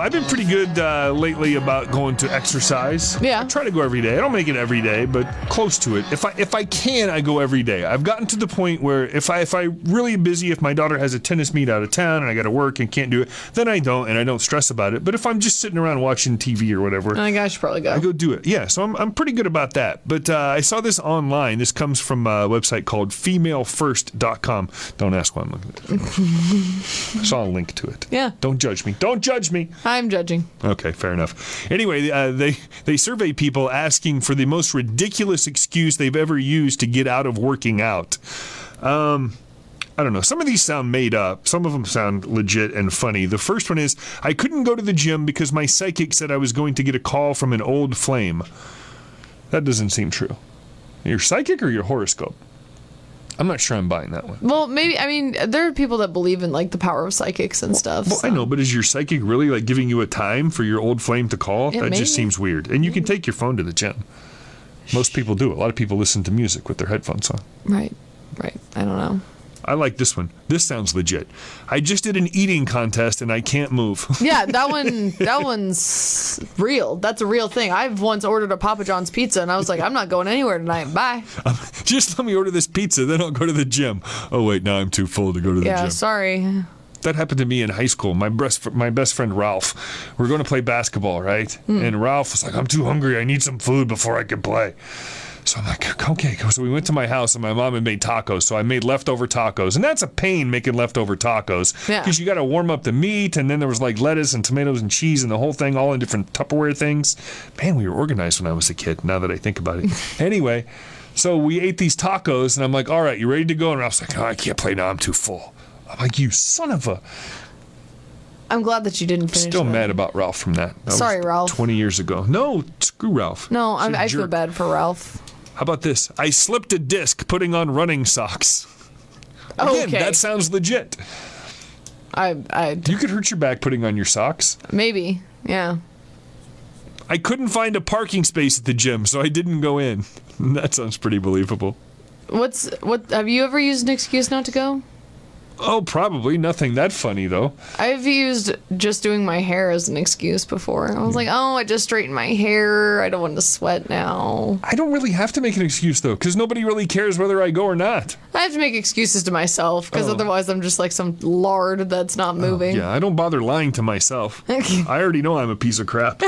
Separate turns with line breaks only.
I've been pretty good uh, lately about going to exercise.
Yeah.
I try to go every day. I don't make it every day, but close to it. If I if I can, I go every day. I've gotten to the point where if I if I really am busy, if my daughter has a tennis meet out of town and I got to work and can't do it, then I don't and I don't stress about it. But if I'm just sitting around watching TV or whatever,
Oh my gosh, probably go.
I go do it. Yeah, so I'm, I'm pretty good about that. But uh, I saw this online. This comes from a website called femalefirst.com. Don't ask why I'm looking at it. I saw a link to it.
Yeah.
Don't judge me. Don't judge me.
I'm judging.
Okay, fair enough. Anyway, uh, they they survey people asking for the most ridiculous excuse they've ever used to get out of working out. Um, I don't know. Some of these sound made up. Some of them sound legit and funny. The first one is I couldn't go to the gym because my psychic said I was going to get a call from an old flame. That doesn't seem true. Your psychic or your horoscope? I'm not sure I'm buying that one.
Well, maybe I mean there are people that believe in like the power of psychics and stuff.
Well, I
so-
know, but is your psychic really like giving you a time for your old flame to call?
Yeah,
that just
maybe.
seems weird. And you
Mm-hmm.
can take your phone to the gym. Most people do. A lot of people listen to music with their headphones on.
Right. Right. I don't know.
I like this one. This sounds legit. I just did an eating contest and I can't move.
Yeah, that one that one's real. That's a real thing. I've once ordered a Papa John's pizza and I was like, I'm not going anywhere tonight. Bye.
just let me order this pizza, then I'll go to the gym. Oh wait, now I'm too full to go to the
Yeah,
gym.
sorry.
that happened to me in high school. My best my best friend Ralph, we're going to play basketball, right?
Hmm.
And Ralph was like, "I'm too hungry. I need some food before I can play." So I'm like, "Okay." So we went to my house, and my mom had made tacos. So I made leftover tacos, and that's a pain making leftover tacos
Yeah.
because you got to warm up the meat, and then there was like lettuce and tomatoes and cheese and the whole thing, all in different Tupperware things. Man, we were organized when I was a kid. Now that I think about it, anyway. So we ate these tacos, and I'm like, "All right, you ready to go?" And Ralph's like, "No, I can't play now. I'm too full." I'm like, "You son of a!"
I'm glad that you didn't finish.
Still
that.
mad about Ralph from that. That was
Sorry, Ralph.
Twenty years ago. No, screw Ralph.
No,
He's a
I, I feel
jerk.
bad for Ralph.
How about this? I slipped a disc putting on running socks.
Okay.
Again, that sounds legit.
I, I,
You could hurt your back putting on your socks.
maybe, yeah.
I couldn't find a parking space at the gym, so I didn't go in. That sounds pretty believable.
What's what? Have you ever used an excuse not to go?
Oh, probably nothing that funny though.
I've used just doing my hair as an excuse before. I was like, oh, I just straightened my hair. I don't want to sweat now.
I don't really have to make an excuse though, because nobody really cares whether I go or not.
I have to make excuses to myself because
Oh.
otherwise I'm just like some lard that's not moving.
Yeah, I don't bother lying to myself. I already know I'm a piece of crap.